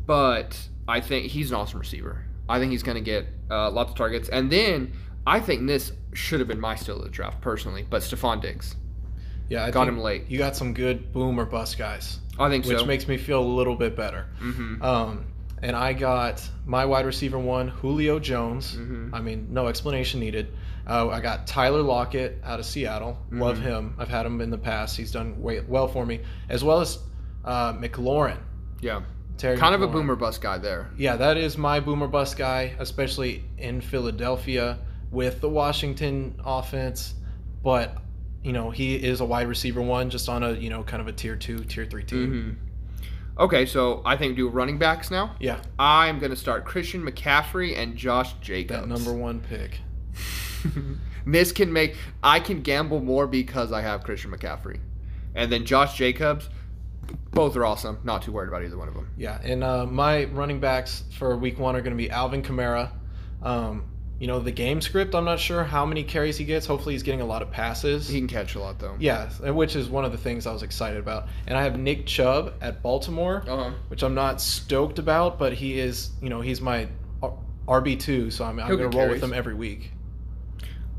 but I think he's an awesome receiver. I think he's going to get uh, lots of targets. And then I think this should have been my steal of the draft, personally, but Stephon Diggs. Yeah, I Got think him late. You got some good boom or bust guys, I think which so. makes me feel a little bit better. mm-hmm. Um, and I got my wide receiver one, Julio Jones. Mm-hmm. I mean, no explanation needed. Uh, I got Tyler Lockett out of Seattle. Mm-hmm. Love him. I've had him in the past. He's done way, well for me, as well as uh, McLaurin. Yeah. Terry Kind of a McLaurin. boomer bust guy there. Yeah, that is my boomer bust guy, especially in Philadelphia with the Washington offense. But you know, he is a wide receiver one, just on a you know kind of a tier two, tier three team. hmm Okay, so I think do running backs now. Yeah, I'm going to start Christian McCaffrey and Josh Jacobs. that *laughs* number one pick. this can make I can gamble more because I have Christian McCaffrey, and then Josh Jacobs. Both are awesome. Not too worried about either one of them. Yeah, and uh, my running backs for week one are going to be Alvin Kamara. Um, you know, the game script, I'm not sure how many carries he gets. Hopefully, he's getting a lot of passes. He can catch a lot though. yeah, which is one of the things I was excited about. And I have Nick Chubb at Baltimore. Uh-huh. which I'm not stoked about, but he is, you know, he's my RB two, so I'm, I'm He'll gonna roll get with carries. him every week.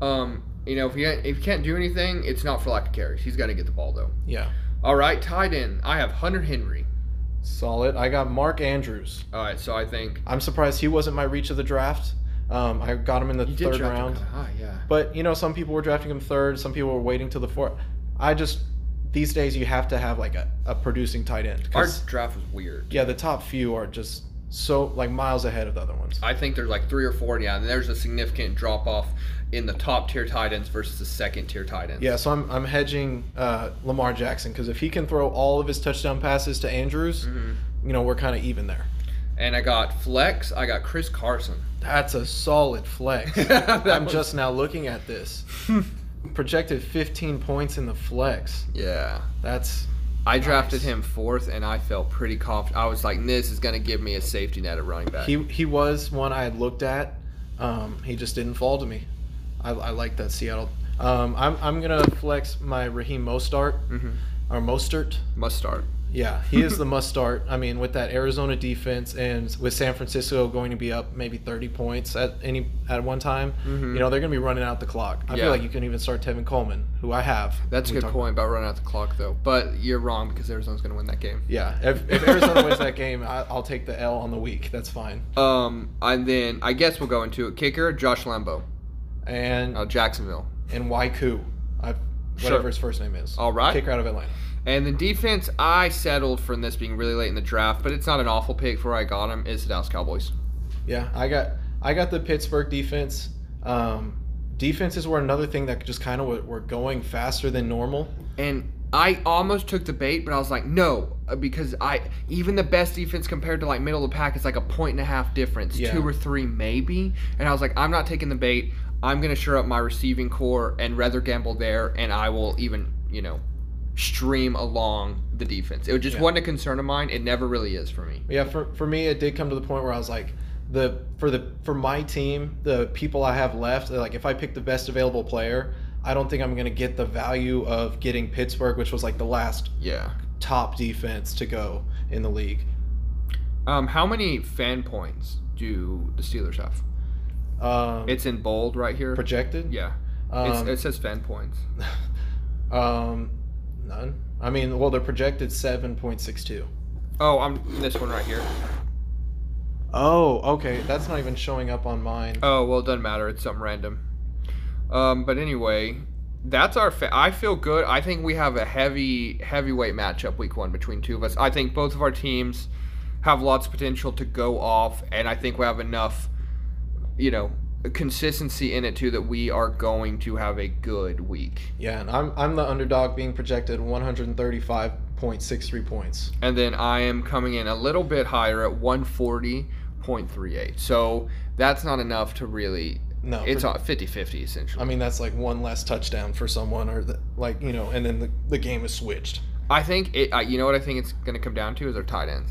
Um, you know, if he if he can't do anything, it's not for lack of carries. He's got to get the ball though. Yeah, All right, tied in. I have Hunter Henry. solid. I got Mark Andrews. All right, so I think I'm surprised he wasn't my reach of the draft. Um, I got him in the you did third draft him round, kinda high, yeah. but you know, some people were drafting him third, some people were waiting till the fourth. I just these days you have to have like a, a producing tight end. 'cause, Our draft was weird. yeah, the top few are just so like miles ahead of the other ones. I think there's like three or four. Yeah, and there's a significant drop off in the top tier tight ends versus the second tier tight ends. Yeah, so I'm, I'm hedging uh, Lamar Jackson because if he can throw all of his touchdown passes to Andrews, you know, we're kind of even there. And I got flex. I got Chris Carson. That's a solid *laughs* flex. That I'm was- just now looking at *laughs* this. Projected 15 points in the flex. Yeah. That's I drafted Nice. him fourth, and I felt pretty confident. I was like, "This is going to give me a safety net at running back." he he was one I had looked at. Um, he just didn't fall to me. I, I like that Seattle. Um, I'm I'm gonna flex my Raheem Mostart Mm-hmm. or Mostert. Must start. Yeah, he is the must start. I mean, with that Arizona defense and with San Francisco going to be up maybe 30 points at any at one time, you know, they're going to be running out the clock. I Mm-hmm. Yeah. feel like you can even start Tevin Coleman, who I have. That's a We good talked- point about running out the clock, though. But you're wrong because Arizona's going to win that game. Yeah, if, if Arizona wins that game, I, I'll take the L on the week. That's fine. Um, and then I guess we'll go into it. Kicker Josh Lambo, And uh, Jacksonville, and Waiku, I, Sure. whatever his first name is. All right. Kicker out of Atlanta. and then defense. I settled from this being really late in the draft, but it's not an awful pick for where I got him. Is the Dallas Cowboys? Yeah, I got I got the Pittsburgh defense. Um, defenses were another thing that just kind of were, were going faster than normal. And I almost took the bait, but I was like, no, uh, because I even the best defense compared to like middle of the pack is like a point and a half difference, Yeah. two or three maybe. And I was like, I'm not taking the bait. I'm gonna shore up my receiving core and rather gamble there, and I will even you know stream along the defense. It just Yeah. wasn't a concern of mine. It never really is for me. Yeah, for, for me, it did come to the point where I was like, the for the for my team, the people I have left, like if I pick the best available player, I don't think I'm gonna get the value of getting Pittsburgh, which was like the last Yeah. top defense to go in the league. Um, how many fan points do the Steelers have? Um, It's in bold right here. projected. Yeah. Um, it's, it says fan points. um, none. I mean, well, they're projected seven point six two. Oh, I'm this one right here. Oh, okay. That's not even showing up on mine. Oh well, it doesn't matter. It's something random. Um, but anyway, that's our. Fa- I feel good. I think we have a heavy heavyweight matchup week one between two of us. I think both of our teams have lots of potential to go off, and I think we have enough, you know, consistency in it too that we are going to have a good week. Yeah, and I'm I'm the underdog being projected 135.63 points. And then I am coming in a little bit higher at 140.38. So that's not enough to really. No, It's pro- on 50 50 essentially. I mean that's like one less touchdown for someone, or the, like you know, and then the, the game is switched. I think it. I you know what I think it's going to come down to is our tight ends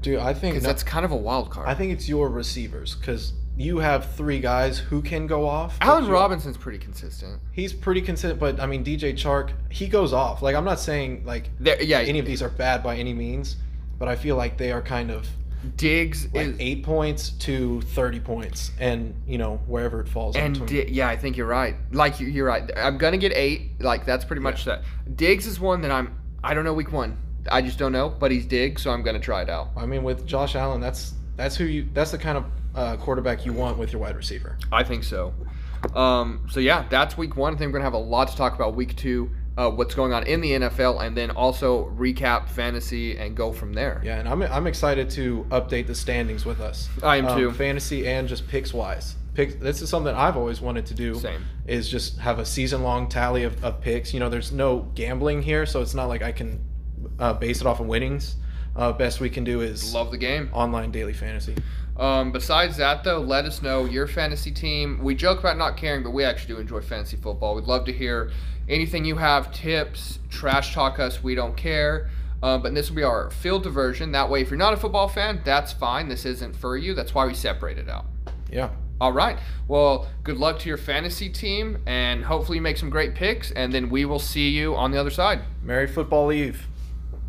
Dude, I think because no- that's kind of a wild card. I think it's your receivers because you have three guys who can go off. but Allen you- Robinson's pretty consistent. he's pretty consistent, but I mean DJ Chark, he goes off. Like I'm not saying like There, yeah, any of these are bad by any means, but I feel like they are kind of Diggs like is eight points to thirty points, and you know wherever it falls. in and between. Di- yeah, I think you're right. Like you- you're right. I'm gonna get eight. Like that's pretty much that. Diggs is one that I'm. I don't know week one. I just don't know, but he's Diggs, so I'm gonna try it out. I mean, with Josh Allen, that's that's who you that's the kind of uh, quarterback you want with your wide receiver. I think so. Um, so yeah, that's week one. I think we're gonna have a lot to talk about week two, uh, what's going on in the NFL, and then also recap fantasy and go from there. Yeah, and I'm I'm excited to update the standings with us. Um, I am too. Fantasy and just picks wise. Picks. This is something I've always wanted to do. Same. Is just have a season long tally of, of picks. You know, there's no gambling here, so it's not like I can uh, base it off of winnings. Uh, best we can do is Love the game. online daily fantasy. Um, besides that, though, let us know your fantasy team. We joke about not caring, but we actually do enjoy fantasy football. We'd love to hear anything you have, tips, trash talk us. We don't care. Um, but this will be our field diversion. That way, if you're not a football fan, that's fine. This isn't for you. That's why we separate it out. Yeah. All right. Well, good luck to your fantasy team, and hopefully you make some great picks. And then we will see you on the other side. Merry football eve.